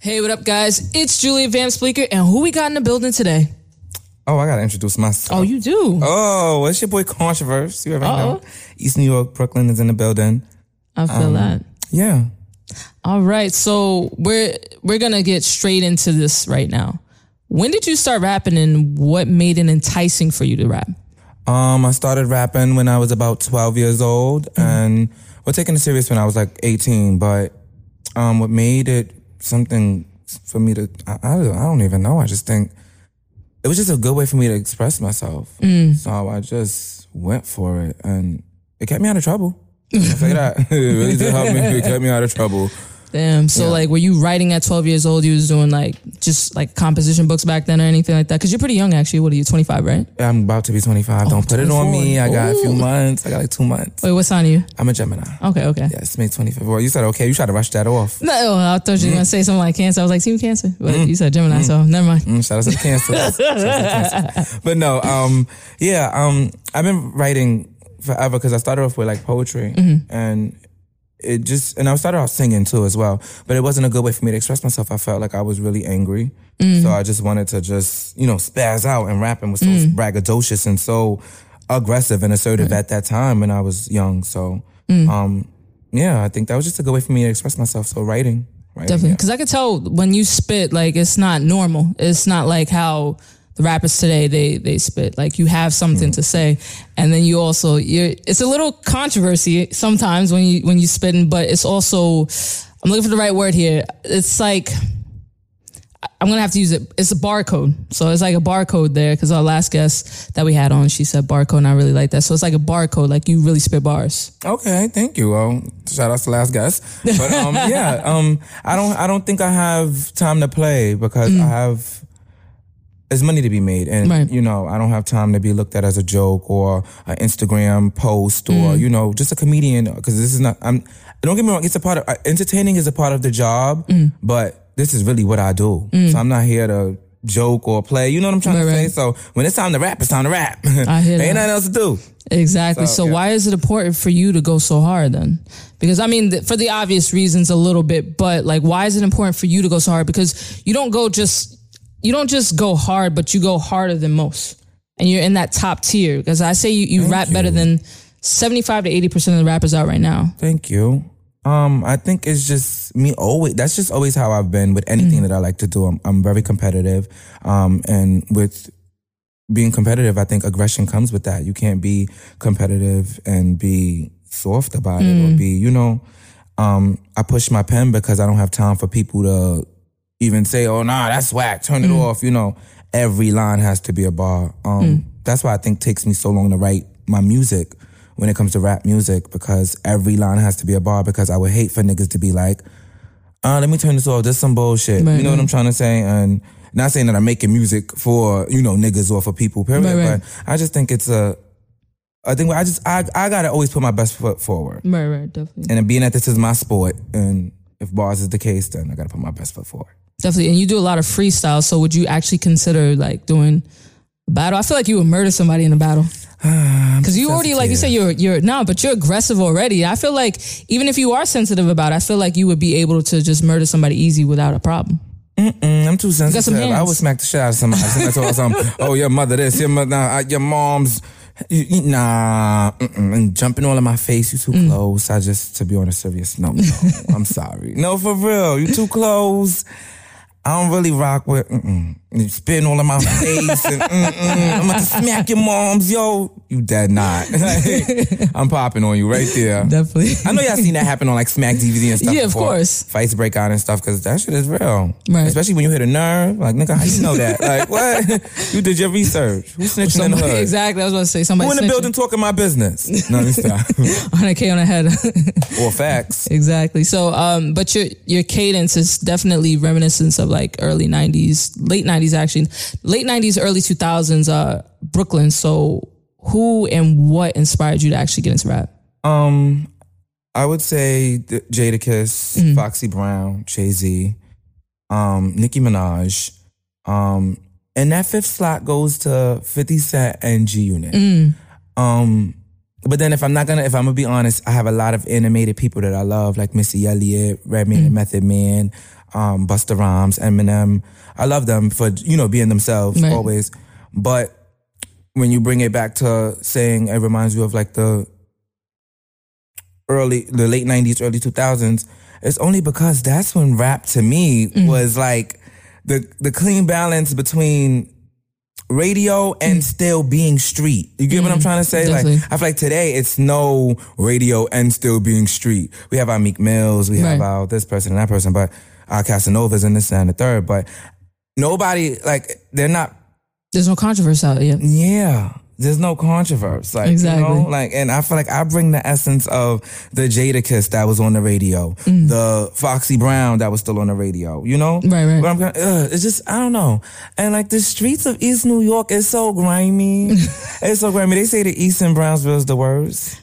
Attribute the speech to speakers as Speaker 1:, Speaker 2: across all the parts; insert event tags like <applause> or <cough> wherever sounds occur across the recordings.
Speaker 1: Hey, what up, guys? It's Julia Van Spleaker, and who we got in the building today?
Speaker 2: Oh, I gotta introduce myself.
Speaker 1: Oh, you do.
Speaker 2: Oh, it's your boy Controverse. You ever
Speaker 1: Uh-oh.
Speaker 2: know? East New York, Brooklyn is in the building.
Speaker 1: I feel that.
Speaker 2: Yeah.
Speaker 1: All right, so we're we're gonna get straight into this right now. When did you start rapping, and what made it enticing for you to rap?
Speaker 2: Um, I started rapping when I was about 12 years old
Speaker 1: Mm-hmm.
Speaker 2: and well, taking it serious when I was like 18, but um, what made it something for me to, I, I, don't, I don't even know. I just think it was just a good way for me to express myself.
Speaker 1: Mm.
Speaker 2: So I just went for it and it kept me out
Speaker 1: <laughs>
Speaker 2: of trouble. I say that. <laughs> it really did help me. It kept me out of trouble.
Speaker 1: Damn. So, like, were you writing at 12 years old? You was doing like just like composition books back then, or anything like that? Because you're pretty young, actually. What are you? 25, right?
Speaker 2: I'm about to be 25. Don't put it on me. I got a few months. I got like two months.
Speaker 1: Wait, what sign are you?
Speaker 2: I'm a Gemini.
Speaker 1: Okay, okay.
Speaker 2: Yes, May 25th. Well, you said okay. You tried to rush that off.
Speaker 1: No, oh, I thought you were gonna say something like Cancer. I was like, Team Cancer, but you said Gemini, so never mind.
Speaker 2: Mm, shout out to the cancer. Shout out to the Cancer. But no, um, yeah, um, I've been writing forever because I started off with like poetry and it just, and I started off singing too as well, but it wasn't a good way for me to express myself. I felt like I was really angry. So I just wanted to just, you know, spaz out and rapping was so braggadocious and so aggressive and assertive at that time when I was young. So, um, yeah, I think that was just a good way for me to express myself. So writing, writing
Speaker 1: Definitely.
Speaker 2: yeah.
Speaker 1: Because I could tell when you spit, like it's not normal. It's not like how the rappers today they they spit. Like you have something to say, and then you also you're. It's a little controversy sometimes when you when you spitting, but it's also. I'm looking for the right word here. It's like. I'm gonna have to use it. It's a barcode, so it's like a barcode there. Because our last guest that we had on, she said barcode, and I really like that. So it's like a barcode, like you really spit bars.
Speaker 2: Okay, thank you. Well, shout out to last guest.
Speaker 1: <laughs>
Speaker 2: But um, yeah, um, I don't, I don't think I have time to play because I have. There's money to be made, and
Speaker 1: Mm. Right.
Speaker 2: you know I don't have time to be looked at as a joke or an Instagram post or
Speaker 1: Mm.
Speaker 2: you know just a comedian because this is not. I'm. Don't get me wrong. It's a part of uh, entertaining is a part of the job,
Speaker 1: Mm.
Speaker 2: but this is really what I do. So I'm not here to joke or play. You know what I'm trying to
Speaker 1: Right,
Speaker 2: say.
Speaker 1: right.
Speaker 2: So when it's time to rap, it's time to rap.
Speaker 1: I hear
Speaker 2: <laughs>
Speaker 1: that.
Speaker 2: Ain't nothing else to do.
Speaker 1: Exactly. So,
Speaker 2: So, yeah.
Speaker 1: why is it important for you to go so hard then? Because I mean, th- for the obvious reasons, a little bit, but like, why is it important for you to go so hard? Because you don't go just, you don't just go hard, but you go harder than most, and you're in that top tier. Because I say you, you rap better than seventy-five to eighty percent of the rappers out right now.
Speaker 2: Thank you. Um, I think it's just me always. That's just always how I've been with anything that I like to do. I'm, I'm very competitive. Um, and with being competitive, I think aggression comes with that. You can't be competitive and be soft about it or be, you know, um, I push my pen because I don't have time for people to even say, "Oh, nah, that's whack. Turn
Speaker 1: Mm.
Speaker 2: it off." You know, every line has to be a bar. Um,
Speaker 1: Mm.
Speaker 2: That's why I think it takes me so long to write my music when it comes to rap music because every line has to be a bar. Because I would hate for niggas to be like, "Uh, let me turn this off. This some bullshit." You know what I'm trying to say? And not saying that I'm making music for you know niggas or for people. Period.
Speaker 1: Right, right.
Speaker 2: But I just think it's a. I think I just I I gotta always put my best foot forward.
Speaker 1: Right, right, definitely.
Speaker 2: And being that this is my sport, and if bars is the case, then I gotta put my best foot forward.
Speaker 1: Definitely. And you do a lot of freestyle. So would you actually consider like doing a battle? I feel like you would murder somebody in a
Speaker 2: <sighs>
Speaker 1: battle. Because you already, like you said, you're, you're, no, but you're aggressive already. I feel like even if you are sensitive about it, I feel like you would be able to just murder somebody easy without a problem.
Speaker 2: Mm, I'm too
Speaker 1: some
Speaker 2: sensitive. I
Speaker 1: hands.
Speaker 2: would smack the shit out of somebody. Somebody told us something. Oh, your mother this, your mother, nah, your mom's. you- you- Nah, mm-mm, and jumping all in my face. You too
Speaker 1: Mm.
Speaker 2: close. I just, to be on a serious
Speaker 1: <laughs>
Speaker 2: note, no, I'm sorry. No, for real. You too close. I don't really rock with. Mm-mm. You spin all in my face,
Speaker 1: <laughs>
Speaker 2: and mm-mm, I'm about to smack your mom's. Yo, you dead not. <laughs> Like, I'm popping on you right there.
Speaker 1: Definitely.
Speaker 2: I know y'all seen that happen on like Smack DVD and stuff.
Speaker 1: Yeah, of
Speaker 2: before.
Speaker 1: course.
Speaker 2: Fights break out and stuff because that shit is real.
Speaker 1: Right.
Speaker 2: Especially when you hit a nerve. Like, nigga, how you know
Speaker 1: <laughs>
Speaker 2: that? like, what? You did your research. Who's snitching in the
Speaker 1: Somebody,
Speaker 2: hood?
Speaker 1: <laughs> exactly. I was about to say somebody
Speaker 2: Who in the
Speaker 1: snitching
Speaker 2: building talking my business? No, let
Speaker 1: <laughs>
Speaker 2: me stop.
Speaker 1: on a K on a head. <laughs>
Speaker 2: or facts.
Speaker 1: exactly. So, um, but your, your cadence is definitely reminiscent of like early nineties, late nineties, actually late nineties, early 2000s, uh, Brooklyn. So who and what inspired you to actually get into rap?
Speaker 2: Um, I would say th- Jadakiss, Foxy Brown, Jay Z, um, Nicki Minaj, um, and that fifth slot goes to Fifty Cent and G Unit. Um, but then if I'm not gonna, if I'm gonna be honest, I have a lot of animated people that I love, like Missy Elliott, Redman, and Method Man, um, Busta Rhymes, Eminem. I love them for you know being themselves
Speaker 1: Right.
Speaker 2: always, but when you bring it back to saying it reminds you of like the early the late 90s early 2000s it's only because that's when rap to me
Speaker 1: Mm-hmm.
Speaker 2: was like the the clean balance between radio and still being street you get what i'm trying to say
Speaker 1: Mm-hmm. definitely.
Speaker 2: like i feel like today it's no radio and still being street we have our meek mills we have
Speaker 1: Right.
Speaker 2: our this person and that person but our casanovas and this and the third but nobody like they're not
Speaker 1: There's no controversy out yet.
Speaker 2: yeah. There's no controversy. Like,
Speaker 1: Exactly.
Speaker 2: You know? Like, and I feel like I bring the essence of the Jada Kiss that was on the radio, the Foxy Brown that was still on the radio, you know?
Speaker 1: Mm. Right, right.
Speaker 2: But I'm kind of, ugh, it's just, I don't know. And like the streets of East New York is so
Speaker 1: <laughs>
Speaker 2: grimy. it's so grimy. They say the East in Brownsville is the worst,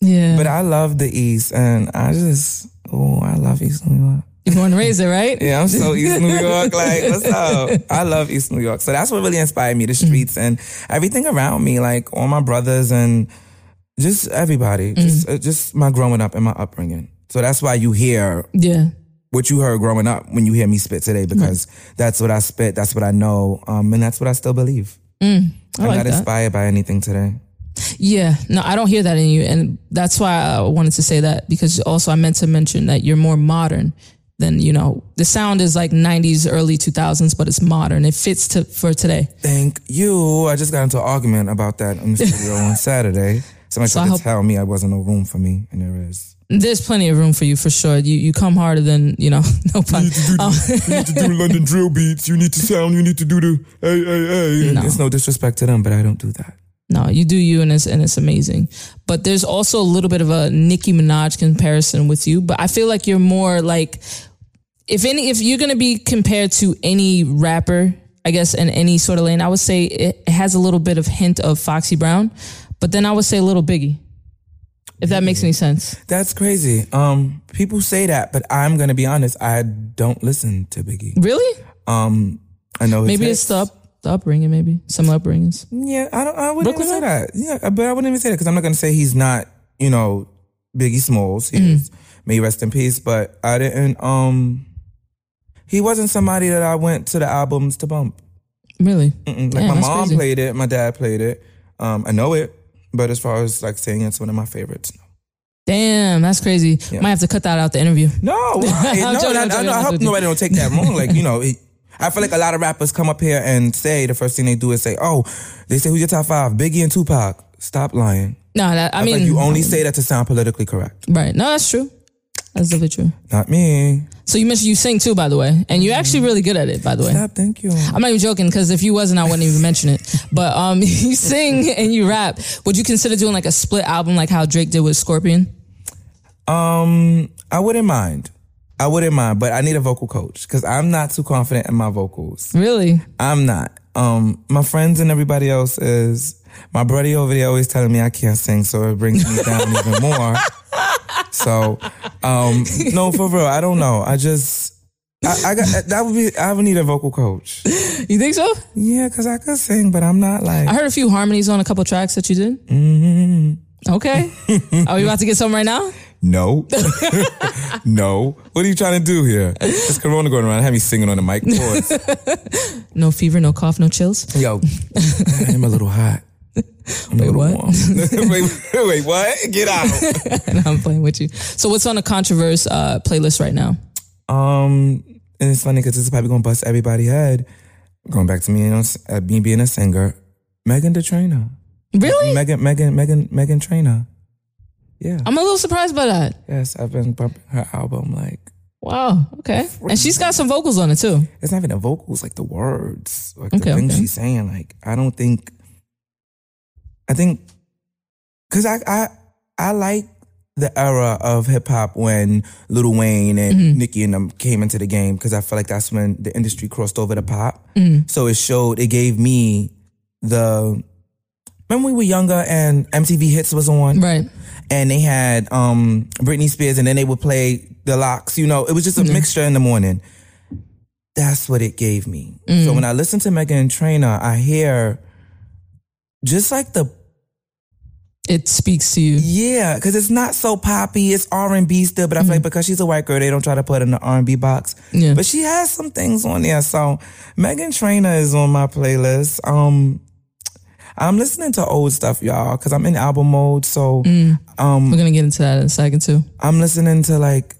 Speaker 1: Yeah.
Speaker 2: but I love the East and I just, oh, I love East New York.
Speaker 1: You're born and raised there, <laughs> right?
Speaker 2: Yeah, I'm so East New
Speaker 1: <laughs>
Speaker 2: York. Like, what's up? I love East New York. So that's what really inspired me, the
Speaker 1: Mm-hmm.
Speaker 2: streets and everything around me, like all my brothers and just everybody,
Speaker 1: Mm-hmm.
Speaker 2: just uh, just my growing up and my upbringing. So that's why you hear
Speaker 1: Yeah.
Speaker 2: what you heard growing up when you hear me spit today,
Speaker 1: Mm-hmm.
Speaker 2: because that's what I spit, that's what I know, um, and that's what I still believe. I'm
Speaker 1: Mm. like
Speaker 2: not
Speaker 1: that.
Speaker 2: inspired by anything today.
Speaker 1: Yeah, no, I don't hear that in you, and that's why I wanted to say that because also I meant to mention that you're more modern than you know. The sound is like '90s, early 2000s, but it's modern. It fits to for today.
Speaker 2: Thank you. I just got into an argument about that in the
Speaker 1: <laughs>
Speaker 2: studio on Saturday.
Speaker 1: I
Speaker 2: Somebody tried
Speaker 1: hope-
Speaker 2: to tell me I wasn't no room for me, and there is.
Speaker 1: There's plenty of room for you for sure. You you come harder than you know. <laughs> No pun. Um,
Speaker 2: to do London drill beats. You need to sound. You need to do the hey hey hey.
Speaker 1: No.
Speaker 2: It's no disrespect to them, but I don't do that.
Speaker 1: no, you do you, and it's and it's amazing. But there's also a little bit of a Nicki Minaj comparison with you, but I feel like you're more like if any if you're gonna be compared to any rapper, I guess in any sort of lane, I would say it it has a little bit of hint of Foxy Brown, but then I would say Little Biggie, if that makes any sense.
Speaker 2: That's crazy. Um, people say that, but I'm gonna be honest. I don't listen to Biggie.
Speaker 1: Really?
Speaker 2: Um, I know his
Speaker 1: Maybe
Speaker 2: hits.
Speaker 1: it's the up, the upbringing, maybe some upbringings.
Speaker 2: Yeah, I don't. I wouldn't
Speaker 1: Brooklyn
Speaker 2: even say that. Yeah, uh, but I wouldn't even say that because I'm not gonna say he's not. You know, Biggie Smalls.
Speaker 1: Mm.
Speaker 2: He is, may he rest in peace. But I didn't. Um, he wasn't somebody that I went to the albums to bump.
Speaker 1: Really?
Speaker 2: Mm-mm. Mm, Like
Speaker 1: Yeah,
Speaker 2: my
Speaker 1: that's
Speaker 2: mom
Speaker 1: crazy.
Speaker 2: played it, my dad played it. Um, I know it, but as far as like saying it's one of my favorites,
Speaker 1: Damn, that's crazy. Might have to cut that out the interview. <laughs>
Speaker 2: no, no, why?
Speaker 1: I'm
Speaker 2: no.
Speaker 1: joking,
Speaker 2: I,
Speaker 1: I'm
Speaker 2: I-
Speaker 1: joking,
Speaker 2: I
Speaker 1: I'm
Speaker 2: hope
Speaker 1: joking.
Speaker 2: nobody don't take that wrong. Like you
Speaker 1: <laughs>
Speaker 2: know, it, I feel like a lot of rappers come up here and say the first thing they do is say, "Oh, they say who's your top five? Biggie and Tupac." Stop lying.
Speaker 1: No, that, I,
Speaker 2: I
Speaker 1: mean,
Speaker 2: like you only say that to sound politically correct.
Speaker 1: right? No, that's true. That's definitely true.
Speaker 2: Not me.
Speaker 1: So you mentioned you sing too, by the way, and you're actually really good at it, by the way.
Speaker 2: Stop. Thank you.
Speaker 1: I'm not even joking because if you wasn't, I wouldn't even mention it. But um, <laughs> you sing and you rap. Would you consider doing like a split album, like how Drake did with Scorpion?
Speaker 2: Um, I wouldn't mind. I wouldn't mind, but I need a vocal coach because I'm not too confident in my vocals.
Speaker 1: Really?
Speaker 2: I'm not. Um, my friends and everybody else is. My brother over there always telling me I can't sing, so it brings me down <laughs> even more. So, um, no, for real, I don't know. I just, I, I got that would be. I would need a vocal coach.
Speaker 1: You think so?
Speaker 2: Yeah, because I could sing, but I'm not like.
Speaker 1: I heard a few harmonies on a couple tracks that you did.
Speaker 2: Mm-hmm. <laughs>
Speaker 1: Okay. Are we about to get some right now?
Speaker 2: No. no. What are you trying to do here? This corona going around. Have me singing on the mic. Pause.
Speaker 1: No fever, no cough, no chills.
Speaker 2: <laughs> Yo, I'm a little hot. I'm wait, a little
Speaker 1: what?
Speaker 2: warm. <laughs> wait, wait, what? Get out.
Speaker 1: And <laughs> I'm playing with you. So what's on the Controverse uh, playlist right now?
Speaker 2: Um, and it's funny because this is probably gonna bust everybody's head. Going back to me, you know, s- uh, me being a singer, Megan the Trainer,
Speaker 1: Really?
Speaker 2: Megan, Megan, Megan, Megan Trainer. Yeah,
Speaker 1: I'm a little surprised by that.
Speaker 2: yes, I've been bumping her album. Like,
Speaker 1: Wow. Okay. And she's got some vocals on it too.
Speaker 2: it's not even the vocals, like the words, like
Speaker 1: Okay,
Speaker 2: the things
Speaker 1: okay.
Speaker 2: she's saying. Like, I don't think, I think, cause I, I, I like the era of hip hop when Lil Wayne and
Speaker 1: Mm-hmm.
Speaker 2: Nicki and them came into the game because I feel like that's when the industry crossed over to pop.
Speaker 1: Mm-hmm.
Speaker 2: So it showed, it gave me the. Remember when we were younger and MTV Hits was on,
Speaker 1: Right.
Speaker 2: and they had um Britney Spears, and then they would play the locks. You know, it was just a mixture in the morning. That's what it gave me. So when I listen to Megan Trainer, I hear just like the
Speaker 1: it speaks to you.
Speaker 2: Yeah, because it's not so poppy. It's R and B still, but I feel like because she's a white girl, they don't try to put her in the R and B box.
Speaker 1: Yeah.
Speaker 2: But she has some things on there. So Megan Trainor is on my playlist. Um, I'm listening to old stuff, y'all, because I'm in album mode. So
Speaker 1: We're gonna get into that in a second too.
Speaker 2: I'm listening to like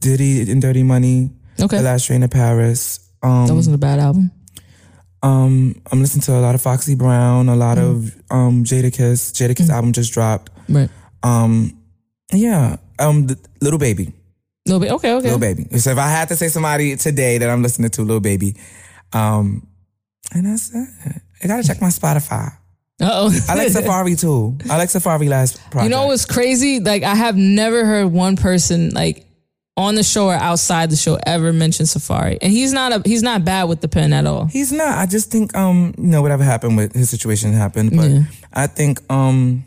Speaker 2: Diddy and Dirty Money,
Speaker 1: Okay,
Speaker 2: The
Speaker 1: that
Speaker 2: Last Train to Paris. Um,
Speaker 1: wasn't a bad album.
Speaker 2: um, I'm listening to a lot of Foxy Brown, a lot
Speaker 1: Mm.
Speaker 2: of um Jada Kiss. Jada Kiss album just dropped.
Speaker 1: Right.
Speaker 2: Um, yeah. Um, the, Little Baby.
Speaker 1: Little bit. Okay. Okay.
Speaker 2: Lil Baby. So if I had to say somebody today that I'm listening to, Lil Baby, um, and that's it. I gotta check my Spotify.
Speaker 1: Uh oh.
Speaker 2: I like Safari too. I like Safari last
Speaker 1: <laughs>
Speaker 2: project.
Speaker 1: You know what's crazy? Like I have never heard one person like on the show or outside the show ever mention Safari, and he's not a he's not bad with the pen at all.
Speaker 2: He's not. I just think um, you know, whatever happened with his situation happened, but
Speaker 1: Yeah.
Speaker 2: I think um,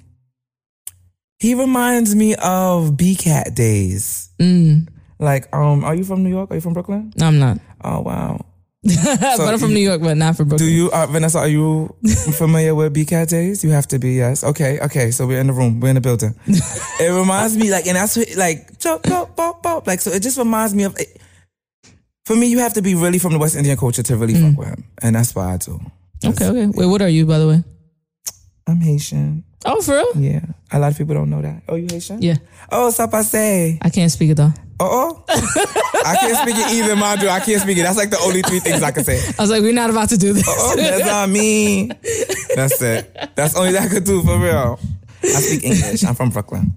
Speaker 2: he reminds me of B Cat days.
Speaker 1: Mm,
Speaker 2: Like, um, are you from New York? Are you from Brooklyn?
Speaker 1: no, I'm not. <laughs>
Speaker 2: Oh wow.
Speaker 1: but I'm from
Speaker 2: you-
Speaker 1: New York, but not from Brooklyn.
Speaker 2: Do you, uh, Vanessa? Are
Speaker 1: <laughs>
Speaker 2: you familiar with BCAT days? You have to be. Yes. Okay. Okay. So we're in the room. We're in
Speaker 1: <laughs>
Speaker 2: the building. it reminds me, like, and that's what, like, chop, chop, bop, bop. Like, so it just reminds me of. It. For me, you have to be really from the West Indian culture to really
Speaker 1: Mm.
Speaker 2: fuck with him, and that's why I do.
Speaker 1: okay. Okay. Wait, what are you by the way?
Speaker 2: I'm Haitian.
Speaker 1: Oh, for real?
Speaker 2: Yeah. A lot of people don't know that. Oh, you Haitian?
Speaker 1: Yeah.
Speaker 2: Oh, ça passe.
Speaker 1: I can't speak it though.
Speaker 2: Oh, oh. I can't speak it either, mind you. I can't speak it. That's like the only three things I can say.
Speaker 1: I was like, we're not about to do this.
Speaker 2: Oh, that's not me. That's it. That's only that I could do for real. I speak English. I'm from Brooklyn.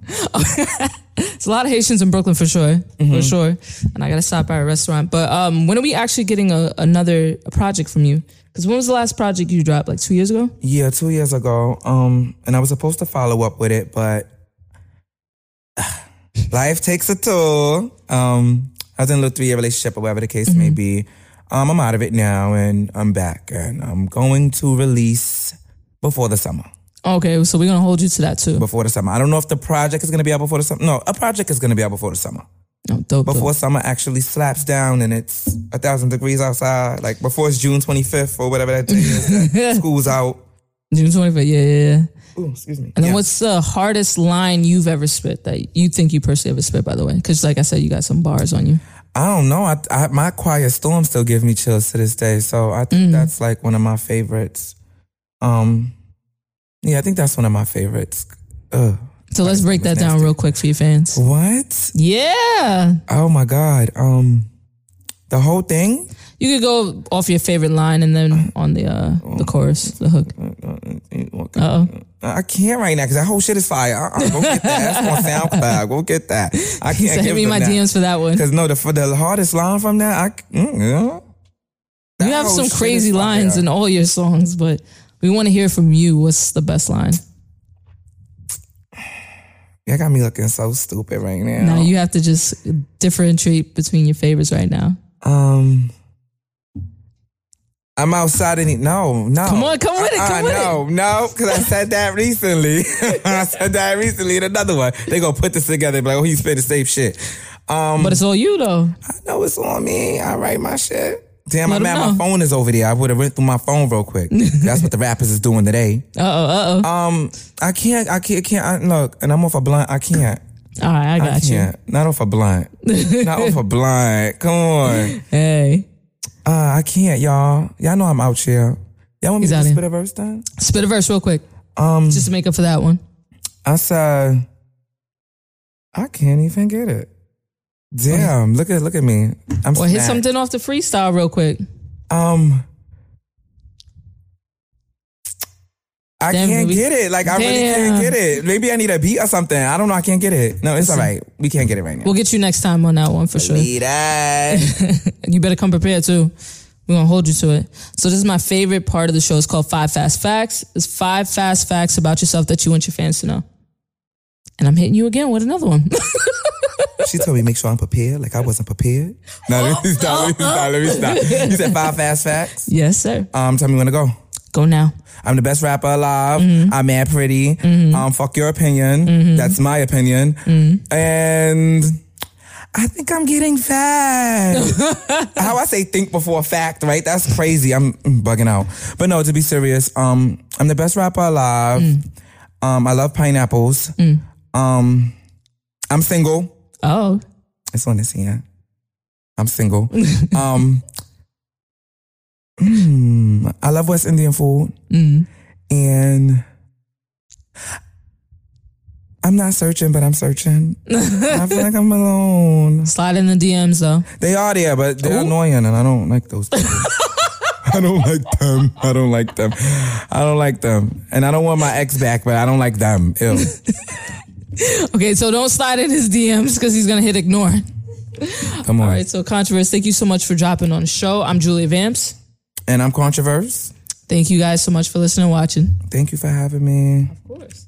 Speaker 1: It's a lot of Haitians in Brooklyn for sure,
Speaker 2: Mm-hmm.
Speaker 1: for sure. And I gotta stop by a restaurant. But um, when are we actually getting a, another a project from you? Because when was the last project you dropped? Like two years ago?
Speaker 2: Yeah, two years ago. Um, and I was supposed to follow up with it, but <sighs> life takes a toll. Um, I was in a little three year relationship or whatever the case
Speaker 1: Mm-hmm.
Speaker 2: may be. Um, I'm out of it now and I'm back and I'm going to release before the summer.
Speaker 1: Okay, so we're gonna hold you to that too.
Speaker 2: Before the summer. I don't know if the project is gonna be out before the summer. No, a project is gonna be out before the summer.
Speaker 1: No, Oh, dope. dope.
Speaker 2: before summer actually slaps down and it's a thousand degrees outside, like before it's June 25th or whatever that day
Speaker 1: <laughs>
Speaker 2: is, that school's out.
Speaker 1: June twenty fifth. Yeah, yeah, yeah.
Speaker 2: Ooh, excuse me.
Speaker 1: And then
Speaker 2: Yeah.
Speaker 1: what's the hardest line you've ever spit that you think you personally ever spit? By the way, because like I said, you got some bars on you.
Speaker 2: I don't know. I, I, my quiet storm still gives me chills to this day. So I think that's like one of my favorites. Um, yeah, I think that's one of my favorites. Ugh.
Speaker 1: So let's break that down real quick for your fans.
Speaker 2: What?
Speaker 1: Yeah,
Speaker 2: Oh my God. Um, the whole thing.
Speaker 1: you could go off your favorite line and
Speaker 2: <sighs>
Speaker 1: then on the uh, the chorus, the hook. Uh oh.
Speaker 2: I can't right now because that whole shit is fire. Uh-uh, go get that. That's on SoundCloud. Go get that. I can't.
Speaker 1: So hit
Speaker 2: give
Speaker 1: me
Speaker 2: them
Speaker 1: my
Speaker 2: that.
Speaker 1: DMs for that one.
Speaker 2: Because no, the for the hardest line from that, I c- mm, yeah.
Speaker 1: You have
Speaker 2: Oh,
Speaker 1: some
Speaker 2: shit,
Speaker 1: crazy
Speaker 2: it's
Speaker 1: lines
Speaker 2: fire.
Speaker 1: in all your songs, but we want to hear from you. What's the best line?
Speaker 2: That got me looking so stupid right now.
Speaker 1: Now you have to just differentiate between your favorites right now.
Speaker 2: um, I'm outside and no, no. Uh-uh,
Speaker 1: Come on, come with it, come with
Speaker 2: no, no, because I said that recently. <laughs> I said that recently in another one. They gonna put this together, be like, oh, he's spit the same shit. Um,
Speaker 1: But it's all you though.
Speaker 2: I know it's on me. I write my shit. Damn, I'm
Speaker 1: Let 'em
Speaker 2: mad my
Speaker 1: know.
Speaker 2: phone is over there. I would have went through my phone real quick. That's what the rappers is
Speaker 1: <laughs>
Speaker 2: doing today.
Speaker 1: Uh oh, uh oh.
Speaker 2: Um, I can't, I can't, I can't. I, look, and I'm off a blunt. I can't.
Speaker 1: All right, I got you.
Speaker 2: Yeah, not off
Speaker 1: <laughs>
Speaker 2: a blunt. not off a blunt. Come on.
Speaker 1: Hey,
Speaker 2: Uh, I can't, y'all. Y'all know I'm out here. Y'all want me
Speaker 1: He's
Speaker 2: to
Speaker 1: out
Speaker 2: just
Speaker 1: here.
Speaker 2: spit a verse down?
Speaker 1: spit a verse real quick,
Speaker 2: Um,
Speaker 1: just to make up for that one.
Speaker 2: I said, I can't even get it.
Speaker 1: Oh,
Speaker 2: Damn, look at look at me. I'm
Speaker 1: Or hit
Speaker 2: snapped.
Speaker 1: something off the freestyle real quick.
Speaker 2: Um, I
Speaker 1: Damn,
Speaker 2: can't
Speaker 1: we-
Speaker 2: get it. Like I really
Speaker 1: Damn.
Speaker 2: can't get it. Maybe I need a beat or something. I don't know. I can't get it. No, it's all right. We can't get it right now.
Speaker 1: We'll get you next time on that one for sure.
Speaker 2: Need that.
Speaker 1: And you better come prepared too. We're gonna hold you to it. So this is my favorite part of the show. It's called Five Fast Facts. It's five fast facts about yourself that you want your fans to know. And I'm hitting you again with another one. <laughs>
Speaker 2: She told me make sure I'm prepared. Like I wasn't prepared. No, <laughs> let me stop. Let me stop. Let me stop. You said five fast facts.
Speaker 1: yes, sir.
Speaker 2: Um, tell me when to go.
Speaker 1: Go now.
Speaker 2: I'm the best rapper alive. I'm mad pretty. Um, fuck your opinion. That's my opinion. And I think I'm getting fat. How I say think before fact, right? That's crazy. I'm bugging out. But no, to be serious, um, I'm the best rapper alive. Um, I love pineapples. Um, I'm single.
Speaker 1: Oh,
Speaker 2: It's on this end.
Speaker 1: <laughs>
Speaker 2: I'm single. um, mm, I love West Indian food,
Speaker 1: mm.
Speaker 2: and I'm not searching, but I'm searching. I feel like I'm alone.
Speaker 1: slide in the DMs though. <laughs>
Speaker 2: They are there, but they're annoying, and I don't like those. people. I don't like them. I don't like them. I don't like them, and I don't want my ex back, but I don't like them.
Speaker 1: <laughs>
Speaker 2: Ew.
Speaker 1: Okay, so don't slide in his DMs because he's gonna hit ignore.
Speaker 2: Come on.
Speaker 1: All right, so controversy. Thank you so much for dropping on the show. I'm Julia Vamps.
Speaker 2: And I'm controversial.
Speaker 1: Thank you guys so much for listening and watching.
Speaker 2: Thank you for having me.
Speaker 1: Of course.